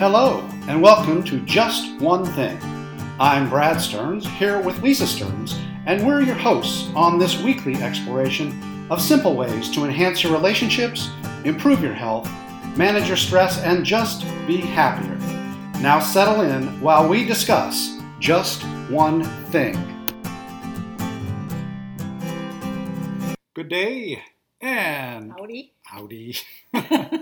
Hello, and welcome to Just One Thing. I'm Brad Stearns, here with Lisa Stearns, and we're your hosts on this weekly exploration of simple ways to enhance your relationships, improve your health, manage your stress, and just be happier. Now settle in while we discuss Just One Thing. Good day, and Howdy. Howdy.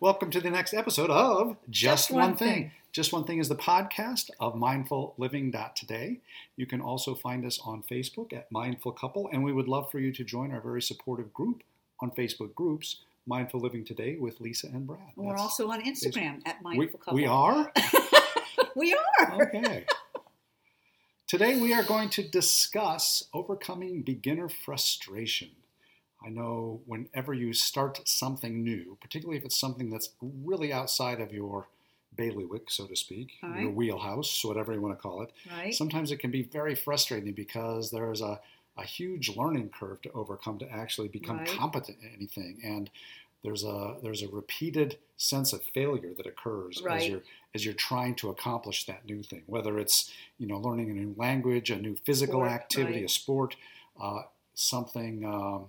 Welcome to the next episode of Just, One, thing. Just One Thing is the podcast of mindfulliving.today. You can also find us on Facebook at Mindful Couple, and we would love for you to join our very supportive group on Facebook groups, Mindful Living Today with Lisa and Brad. And we're That's- also on Instagram at we- Mindful Couple. we are? We are. Okay. Today we are going to discuss overcoming beginner frustration. I know whenever you start something new, particularly if it's something that's really outside of your bailiwick, so to speak, All your right. wheelhouse, whatever you want to call it, Right? sometimes it can be very frustrating because there's a, a huge learning curve to overcome to actually become Right. competent in anything and there's a there's a repeated sense of failure that occurs as Right. you're as you're trying to accomplish that new thing whether it's you know learning a new language a new physical Sport, activity a right. sport uh, something um,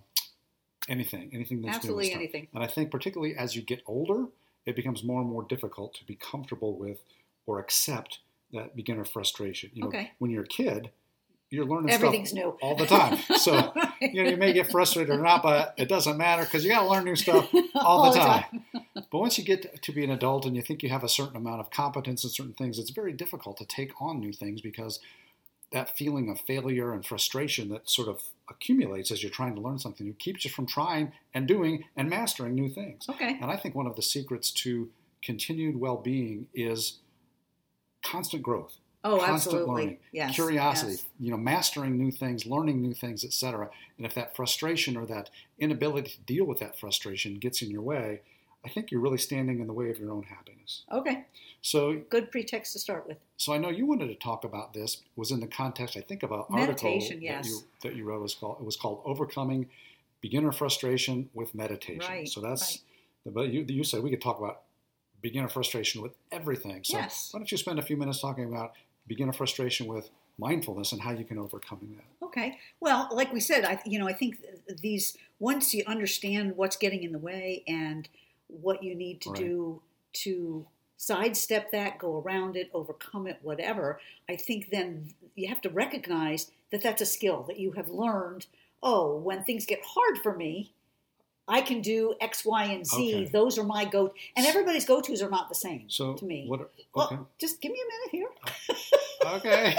anything anything that's new and Absolutely stuff. anything. And I think, particularly as you get older, it becomes more and more difficult to be comfortable with or accept that beginner frustration. You know, Okay. when you're a kid, you're learning Everything's stuff new. all the time. So, Right. you know, you may get frustrated or not, but it doesn't matter because you got to learn new stuff all, the time. but once you get to be an adult and you think you have a certain amount of competence in certain things, it's very difficult to take on new things because that feeling of failure and frustration that sort of accumulates as you're trying to learn something new keeps you from trying and doing and mastering new things. Okay. And I think one of the secrets to continued well being is constant growth, Oh, Constant absolutely. learning. Yes. curiosity, yes. you know, mastering new things, learning new things, etc. And if that frustration or that inability to deal with that frustration gets in your way, I think you're really standing in the way of your own happiness. Okay. So, Good pretext to start with. so I know you wanted to talk about this was in the context, I think, of an article Meditation, that, yes. you, that you wrote. It was called, it was called "Overcoming Beginner Frustration with Meditation." Right, so that's, but you, you said we could talk about beginner frustration with everything. So Yes. why don't you spend a few minutes talking about beginner frustration with mindfulness and how you can overcome that? Okay. Well, like we said, I you know I think th- these once you understand what's getting in the way and what you need to Right. do to sidestep that, go around it, overcome it, whatever. I think then you have to recognize that that's a skill that you have learned. Oh, when things get hard for me, I can do X, Y, and Z. Okay. Those are my go. And everybody's go tos are not the same So to me. what? Okay, Well, just give me a minute here. okay,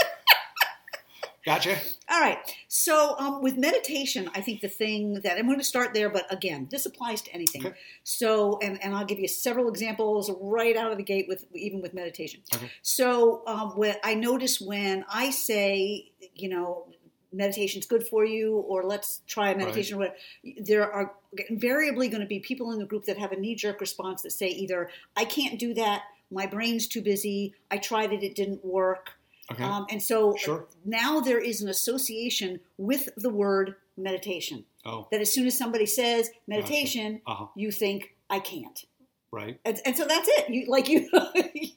gotcha. All right. So um, with meditation, I think the thing that I'm going to start there, but again, this applies to anything. Okay. So, and, and I'll give you several examples right out of the gate with even with meditation. Okay. So um, when I notice when I say, you know, meditation's good for you, or let's try a meditation, or whatever, there are invariably going to be people in the group that have a knee-jerk response that say either I can't do that, my brain's too busy, I tried it, it didn't work. Okay, Um, and so sure. now there is an association with the word meditation. Oh, That as soon as somebody says meditation, uh huh. you think I can't, Right. and, and so that's it. You like you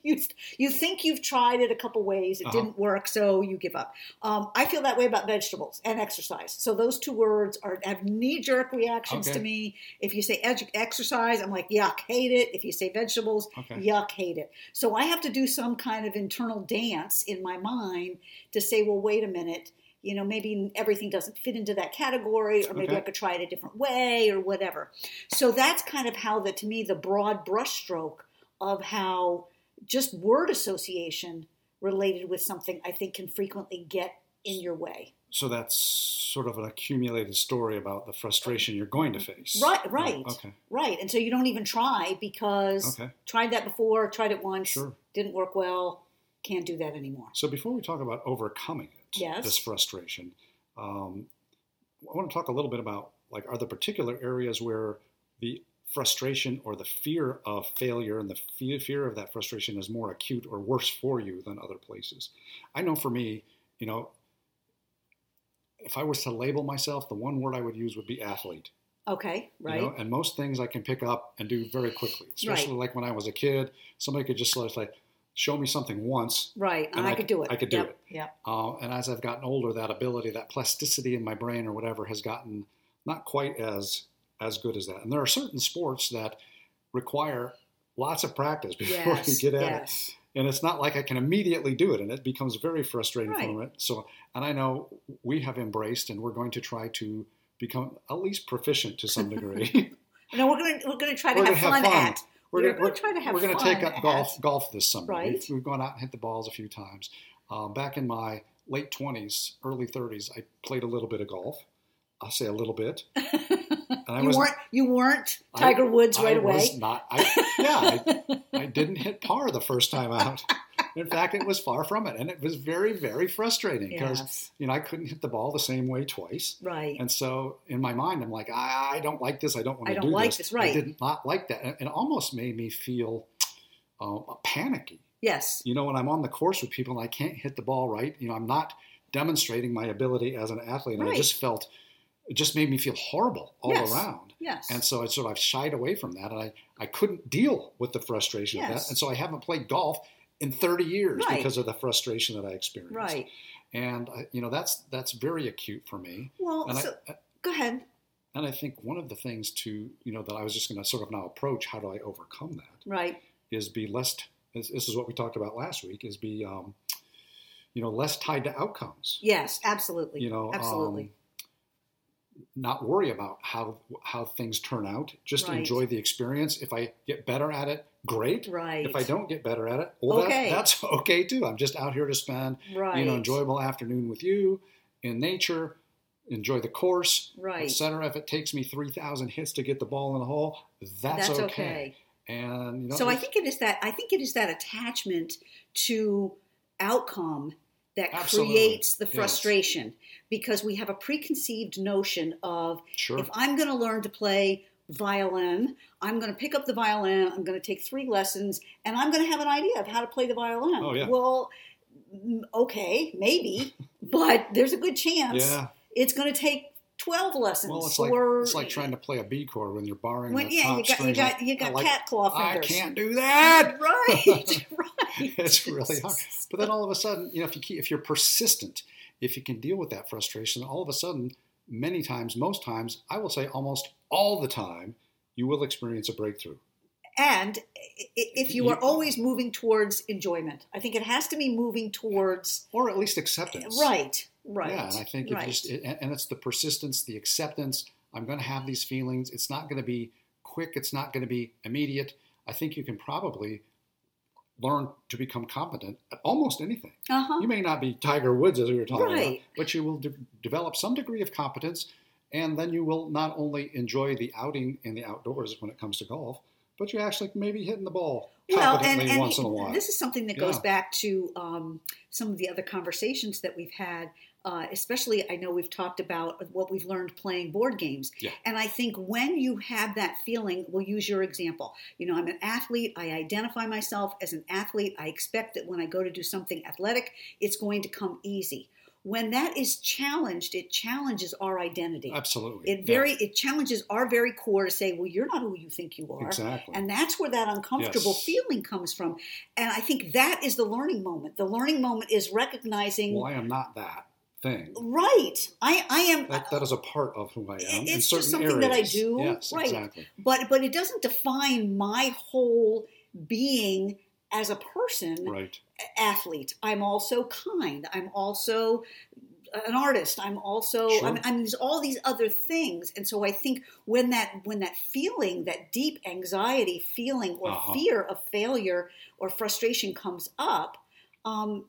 you you think you've tried it a couple ways, it Uh-huh. didn't work, so you give up. Um, I feel that way about vegetables and exercise. So those two words are have knee jerk reactions Okay. to me. If you say edu- exercise, I'm like yuck, hate it. If you say vegetables, Okay. yuck, hate it. So I have to do some kind of internal dance in my mind to say, well, wait a minute, you know, maybe everything doesn't fit into that category, or maybe Okay. I could try it a different way, or whatever. So that's kind of how the, to me, the broad brushstroke of how just word association related with something I think can frequently get in your way. So that's sort of an accumulated story about the frustration you're going to face. Right, right, Oh, Okay. right. And so you don't even try because Okay. tried that before, tried it once, Sure. didn't work well, can't do that anymore. So before we talk about overcoming it, Yes. this frustration, um, I want to talk a little bit about like are there particular areas where the frustration or the fear of failure and the fe- fear of that frustration is more acute or worse for you than other places. I know for me, you know, if I was to label myself, the one word I would use would be athlete. Okay, right. You know, and most things I can pick up and do very quickly, especially Right. like when I was a kid. Somebody could just like like, show me something once, right. And, I, could do it. I could do Yep. it. Yep. Uh, and as I've gotten older, that ability, that plasticity in my brain or whatever, has gotten not quite as as good as that. And there are certain sports that require lots of practice before you Yes. get at it yes. and it's not like I can immediately do it, and it becomes very frustrating Right. for me. So, and I know we have embraced, and we're going to try to become at least proficient to some degree. No, we're going to we're going to try to We're have, gonna fun, have fun. at. we're We're gonna- gonna try to have we're gonna fun take up golf at- golf this summer. Right. We've, we've gone out and hit the balls a few times. Um, back in my late twenties, early thirties, I played a little bit of golf. I say a little bit, and I you was weren't you weren't I- Tiger Woods right I was away. not. I, yeah, I, I didn't hit par the first time out. In fact, it was far from it, and it was very, very frustrating because Yes. you know, I couldn't hit the ball the same way twice. Right. And so in my mind, I'm like, I, I don't like this. I don't want I to don't do like this. this, right. I did not like that. And it almost made me feel uh, panicky. yes. You know, when I'm on the course with people and I can't hit the ball right, you know, I'm not demonstrating my ability as an athlete. And I Right. just felt, it just made me feel horrible all Yes. around. Yes. And so I sort of shied away from that. And I, I couldn't deal with the frustration of Yes. that. And so I haven't played golf in 30 years Right. because of the frustration that I experienced right. and I- you know that's that's very acute for me Well, and so I, go ahead. and I think one of the things to you know that I was just going to sort of now approach how do I overcome that Right. is be less this, this is what we talked about last week is be um, you know less tied to outcomes Yes. Absolutely. you know Absolutely. um, not worry about how how things turn out just Right. enjoy the experience if I get better at it great right. if I don't get better at it well that- Okay. that's okay too I'm just out here to spend Right. you know enjoyable afternoon with you in nature enjoy the course Right. etc if it takes me 3000 hits to get the ball in the hole that's, That's okay. okay. and you know So I it's- think it is that I think it is that attachment to outcome that Absolutely. creates the Yes. frustration because we have a preconceived notion of sure if I'm going to learn to play violin, I'm going to pick up the violin, I'm going to take three lessons, and I'm going to have an idea of how to play the violin. Oh, yeah. Well, m- okay, maybe, but there's a good chance yeah it's going to take 12 lessons. well it's like or, it's like trying to play a b chord when you're borrowing When, the yeah, top you got, string you got, like, you got I like- cat claw I fingers. can't do that Right, right. It's really hard. but then all of a sudden you know if you keep, if you're persistent if you can deal with that frustration then all of a sudden many times most times i will say almost all the time you will experience a breakthrough And i- i- if you You- are always moving towards enjoyment, I think it has to be moving towards or at least acceptance right, right. Yeah, and I think right. if you just, and and it's the persistence, the acceptance. I'm going to have these feelings. It's not going to be quick. It's not going to be immediate. I think you can probably learn to become competent at almost anything. uh-huh. You may not be Tiger Woods as we were talking about, Right. but you will de- develop some degree of competence, and then you will not only enjoy the outing in the outdoors when it comes to golf, but you actually maybe hitting the ball competently once in a while. This is something that goes Yeah. back to um, some of the other conversations that we've had. Uh, especially, I know we've talked about what we've learned playing board games. Yeah. And I think when you have that feeling, we'll use your example. You know, I'm an athlete. I identify myself as an athlete. I expect that when I go to do something athletic, it's going to come easy. When that is challenged, it challenges our identity. Absolutely, It Yeah. very it challenges our very core to say, well, you're not who you think you are. exactly. And that's where that uncomfortable Yes. feeling comes from. And I think that is the learning moment. The learning moment is recognizing, well, I am not that thing. right, I, I am, that, that is a part of who I am. in It's certain just something that I areas. do, Yes, right. exactly. but, but it doesn't define my whole being as a person Right. athlete. I'm also kind. I'm also uh, an artist. I'm also Sure. I mean, I mean there's all these other things. And so I think when that when that feeling, that deep anxiety feeling or Uh-huh. fear of failure or frustration comes up, um,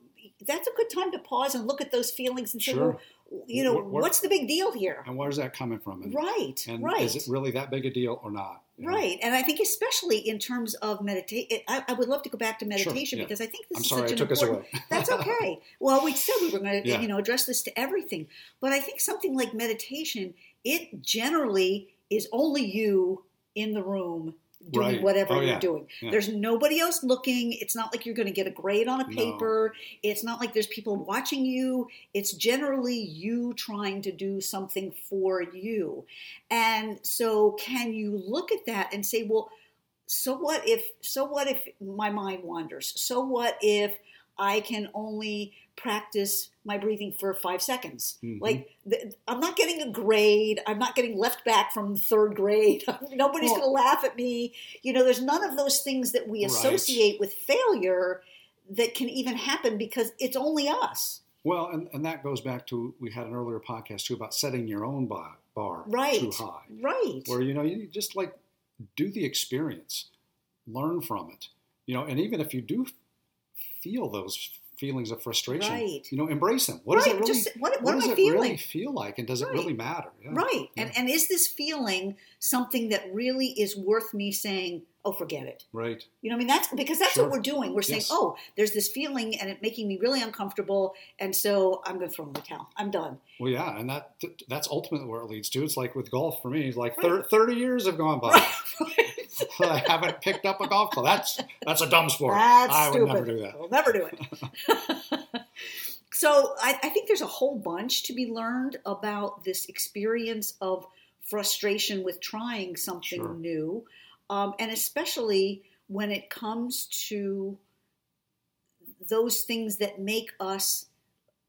that's a good time to pause and look at those feelings and say, Sure. well, you know, Wh- wh- what's the big deal here? And where's that coming from? And, Right, and right. is it really that big a deal or not? You know, Right, and I think especially in terms of meditation, I, I would love to go back to meditation yeah. because I think this I'm is sorry, such I an took us important. away. That's okay. Well, we said we were going to, Yeah. you know, address this to everything, but I think something like meditation, it generally is only you in the room doing Right. whatever Oh, you're yeah. doing. Yeah. There's nobody else looking. It's not like you're going to get a grade on a No. paper. It's not like there's people watching you. It's generally you trying to do something for you. And so can you look at that and say, well, so what if so what if my mind wanders? So what if I can only practice my breathing for 5 seconds? Mhm. Like th- I'm not getting a grade. I'm not getting left back from third grade. Nobody's Well- going to laugh at me. You know, there's none of those things that we Right. associate with failure that can even happen because it's only us. Well, and, and that goes back to we had an earlier podcast too about setting your own bar, bar Right. too high, Right. where you know you just like do the experience, learn from it, you know, and even if you do feel those feelings of frustration, Right. you know, embrace them. What does right. it really? Just what, what, what am does I it feeling? really feel like, and does it Right. really matter? Yeah. Right. And Yeah. and is this feeling something that really is worth me saying, "Oh, forget it." Right. You know, what I mean, that's because that's Sure. what we're doing. We're saying, Yes. "Oh, there's this feeling, and it making me really uncomfortable, and so I'm going to throw in the towel. I'm done." Well, yeah, and that th- that's ultimately where it leads to. It's like with golf for me, it's like Right. thir- thirty years have gone by. I haven't picked up a golf club. That's that's a dumb sport. That's I would stupid. never do that. We'll never do it. so I, I think there's a whole bunch to be learned about this experience of frustration with trying something Sure. new, um, and especially when it comes to those things that make us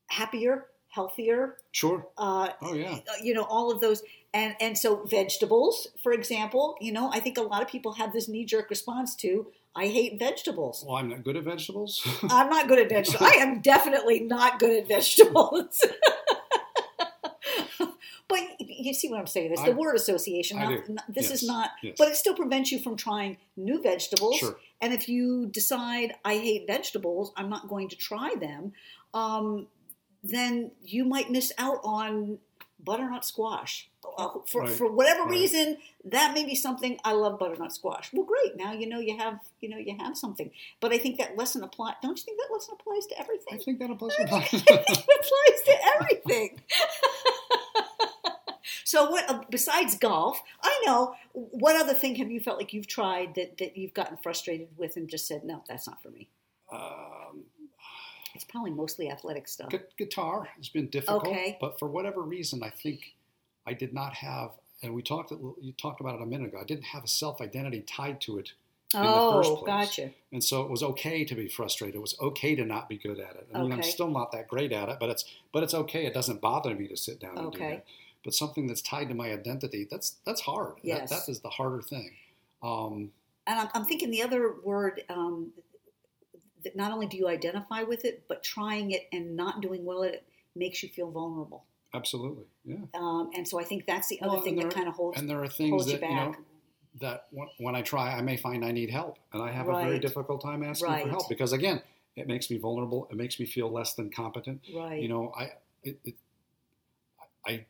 happier, healthier. Sure. Uh, Oh yeah. uh, you know all of those and and so vegetables for example you know i think a lot of people have this knee jerk response to i hate vegetables Well, I'm not good at vegetables. i'm not good at vegetables i am definitely not good at vegetables but you see what i'm saying it's the I- word association I not, do. not- this Yes. is not Yes. but it still prevents you from trying new vegetables sure. and if you decide, I hate vegetables, I'm not going to try them, um, then you might miss out on butternut squash. Uh, for, Right. for whatever Right. reason, that may be something I love butternut squash. Well, great. Now you know you have you know you have something. But I think that lesson apply. Don't you think that lesson applies to I everything? think that applies. it applies to everything. so, what uh, besides golf? I know. What other thing have you felt like you've tried that that you've gotten frustrated with and just said, "No, that's not for me." um, It's probably mostly athletic stuff. gu- guitar has been difficult, Okay. but for whatever reason, I think I did not have. And we talked. a little- You talked about it a minute ago. I didn't have a self identity tied to it, in the first oh, place. gotcha. and so it was okay to be frustrated. It was okay to not be good at it. I mean, I'm Okay. still not that great at it, but it's but it's okay. It doesn't bother me to sit down and do Okay. that. But something that's tied to my identity, that's that's hard. That- Yes. that is the harder thing. Um, And I'm, I'm thinking the other word. Um, that not only do you identify with it, but trying it and not doing well at it makes you feel vulnerable. absolutely, yeah. Um, and so I think that's the other Well, and thing that there- kind of holds. and there are things holds that you you know back. that when, when I try, I may find I need help, and I have a very Right. difficult time asking for Right. help because again, it makes me vulnerable. It makes me feel less than competent. right. You know, I it, it, I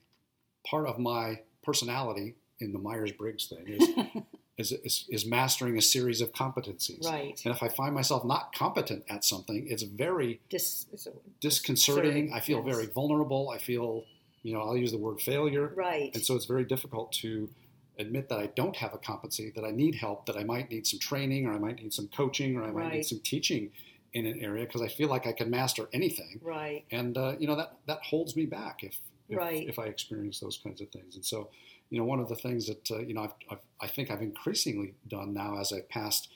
part of my personality in the Myers Briggs thing is, is is is mastering a series of competencies. right. And if I find myself not competent at something, it's very Dis- so- disconcerting. Disconcerting, I feel yes. very vulnerable. I feel, you know, I'll use the word failure. right. And so it's very difficult to admit that I don't have a competency, that I need help, that I might need some training or I might need some coaching or I might need Right. some teaching in an area because I feel like I can master anything. Right. And, uh, you know, that, that holds me back if, if, Right. if I experience those kinds of things. And so, you know, one of the things that, uh, you know, I've, I've, I think I've increasingly done now as I passed,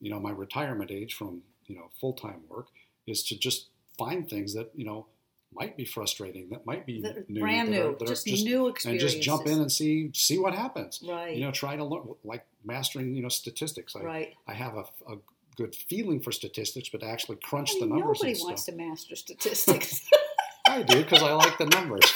you know, my retirement age from, you know, full-time work is to just find things that, you know, might be frustrating, that might be That are new, brand that are- new, that are just, new and experiences. just jump in and see see what happens. right, You know, try to learn like mastering you know statistics. I, right. I have a, a good feeling for statistics, but to actually crunch I mean, the numbers Oh, nobody and wants stuff. to master statistics. I do because I like the numbers.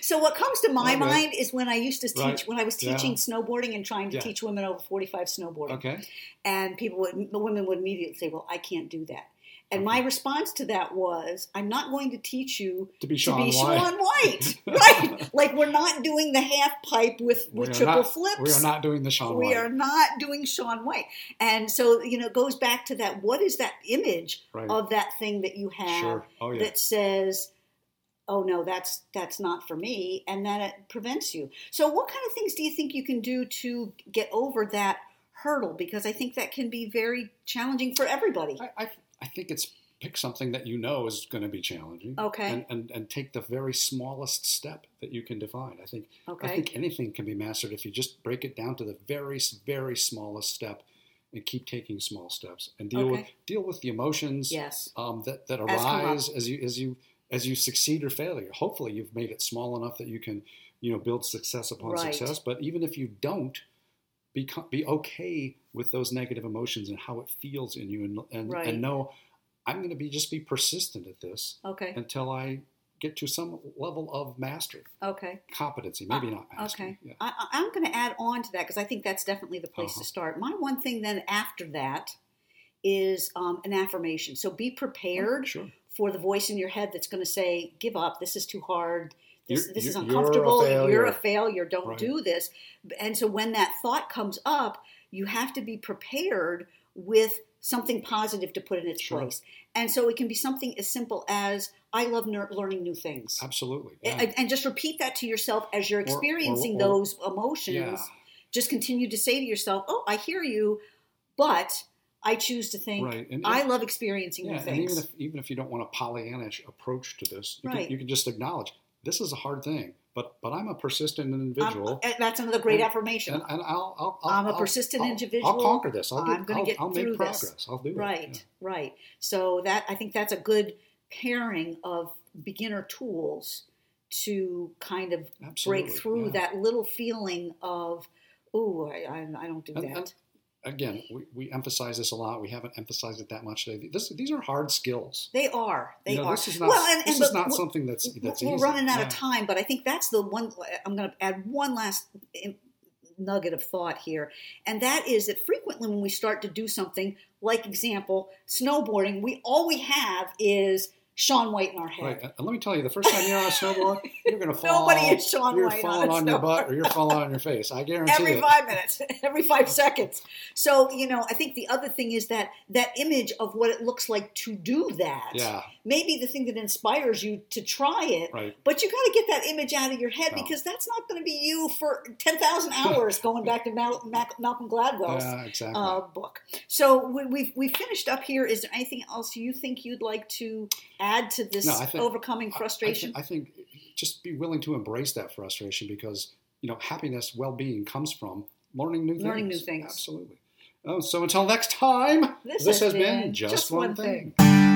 so what comes to my Okay. mind is when I used to teach Right. when I was Yeah. teaching snowboarding and trying to Yeah. teach women over forty five snowboarding, okay, and people would the women would immediately say, "Well, I can't do that." And Okay. my response to that was, "I'm not going to teach you to be to Sean White, be Sean White, right? like we're not doing the half pipe with We with are triple not- flips. we are not doing the Sean we White. are not doing Sean White. And so, you know, it goes back to that what is that image right. of that thing that you have sure. Oh yeah. that says, oh no that's that's not for me and that it prevents you so what kind of things do you think you can do to get over that hurdle because i think that can be very challenging for everybody I, I, I think it's pick something that you know is going to be challenging. Okay. And, and, and take the very smallest step that you can define. I think Okay. I think anything can be mastered if you just break it down to the very very smallest step and keep taking small steps and deal with Okay. deal with the emotions yes um, that that come up. arise as you as you as you succeed or fail. Hopefully you've made it small enough that you can, you know, build success upon Right. success, but even if you don't be, co- be okay with those negative emotions and how it feels in you and, and, Right. and know I'm going to be just be persistent at this okay until I get to some level of mastery, okay competency, maybe not mastery. Ah, okay Yeah. I, I- i'm going to add on to that because i think that's definitely the place Uh-huh. to start my one thing then after that is um, an affirmation so be prepared Sure. for the voice in your head that's going to say, "Give up. This is too hard. This, You're- this is you're- uncomfortable. you're a You're a failure." failure. Don't Right. do this." And so when that thought comes up, you have to be prepared with something positive to put in its Sure. place. And so it can be something as simple as, "I love ner- learning new things." Absolutely. Yeah. And, and just repeat that to yourself as you're Or- or- experiencing or- those emotions yeah. just continue to say to yourself, "Oh, I hear you, but I choose to think Right. And- I love experiencing Yeah, new and things." even if even if you don't want a Pollyannish approach to this, you, Right. can, you can just acknowledge this is a hard thing, but but I'm a persistent Um, individual, and that's another great And- affirmation. and, and I'll, I'll, I'll I'm a I'll- persistent I'll- individual. I'll conquer this. I'll do, I'm gonna I'll, get I'll through make this. progress. I'll do it. right, Yeah. right. So that I think that's a good pairing of beginner tools to kind of Absolutely. break through yeah. that little feeling of, "Ooh, I, I, I don't do And- that." and- Again, we, we emphasize this a lot. We haven't emphasized it that much today. This, these are hard skills. they are. They you know, are. This is not, well, and, this and is not but- something that's, that's we're easy. running out Yeah. of time, but I think that's the one. I'm going to add one last um, nugget of thought here, and that is that frequently when we start to do something, like example, snowboarding, we all we have is Sean White in our head. Right, and and let me tell you, the first time you're on a snowboard, you're going to fall. Nobody is Shaun You're White on falling a on your snowboard. butt, or you're falling on your face. I guarantee every it. five minutes every five seconds so you know i think the other thing is that that image of what it looks like to do that Yeah, maybe the thing that inspires you to try it right. But you got to get that image out of your head No. because that's not going to be you for 10,000 hours going back to Mal- Mac- Malcolm Gladwell's Yeah, exactly. uh, book. So we, we've, we've finished up here. Is there anything else you think you'd like to add to this No, I think- overcoming I- I thi- frustration? I, think just be willing to embrace that frustration because you know happiness, well-being comes from learning new things. Learning new things. Absolutely. Oh, so until next time, This this has has been been just, Just one, One thing. Thing.